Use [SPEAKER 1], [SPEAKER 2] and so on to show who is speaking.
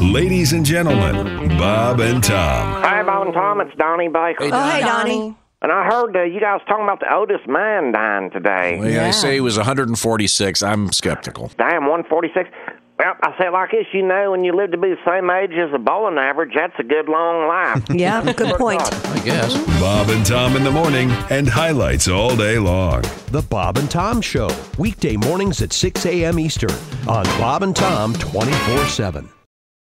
[SPEAKER 1] Ladies and gentlemen, Bob and Tom.
[SPEAKER 2] Hi, Bob and Tom. It's Donnie Baker.
[SPEAKER 3] Oh, hey, Donnie.
[SPEAKER 2] And I heard uh, you guys talking about the oldest man dying today.
[SPEAKER 4] Well, They say he was 146. I'm skeptical.
[SPEAKER 2] Damn, 146. Well, I say it like this, you know, when you live to be the same age as a bowling average, that's a good long life.
[SPEAKER 3] Yeah, good point.
[SPEAKER 5] I guess.
[SPEAKER 1] Bob and Tom in the morning and highlights all day long.
[SPEAKER 6] The Bob and Tom Show, weekday mornings at 6 a.m. Eastern on Bob and Tom 24 7.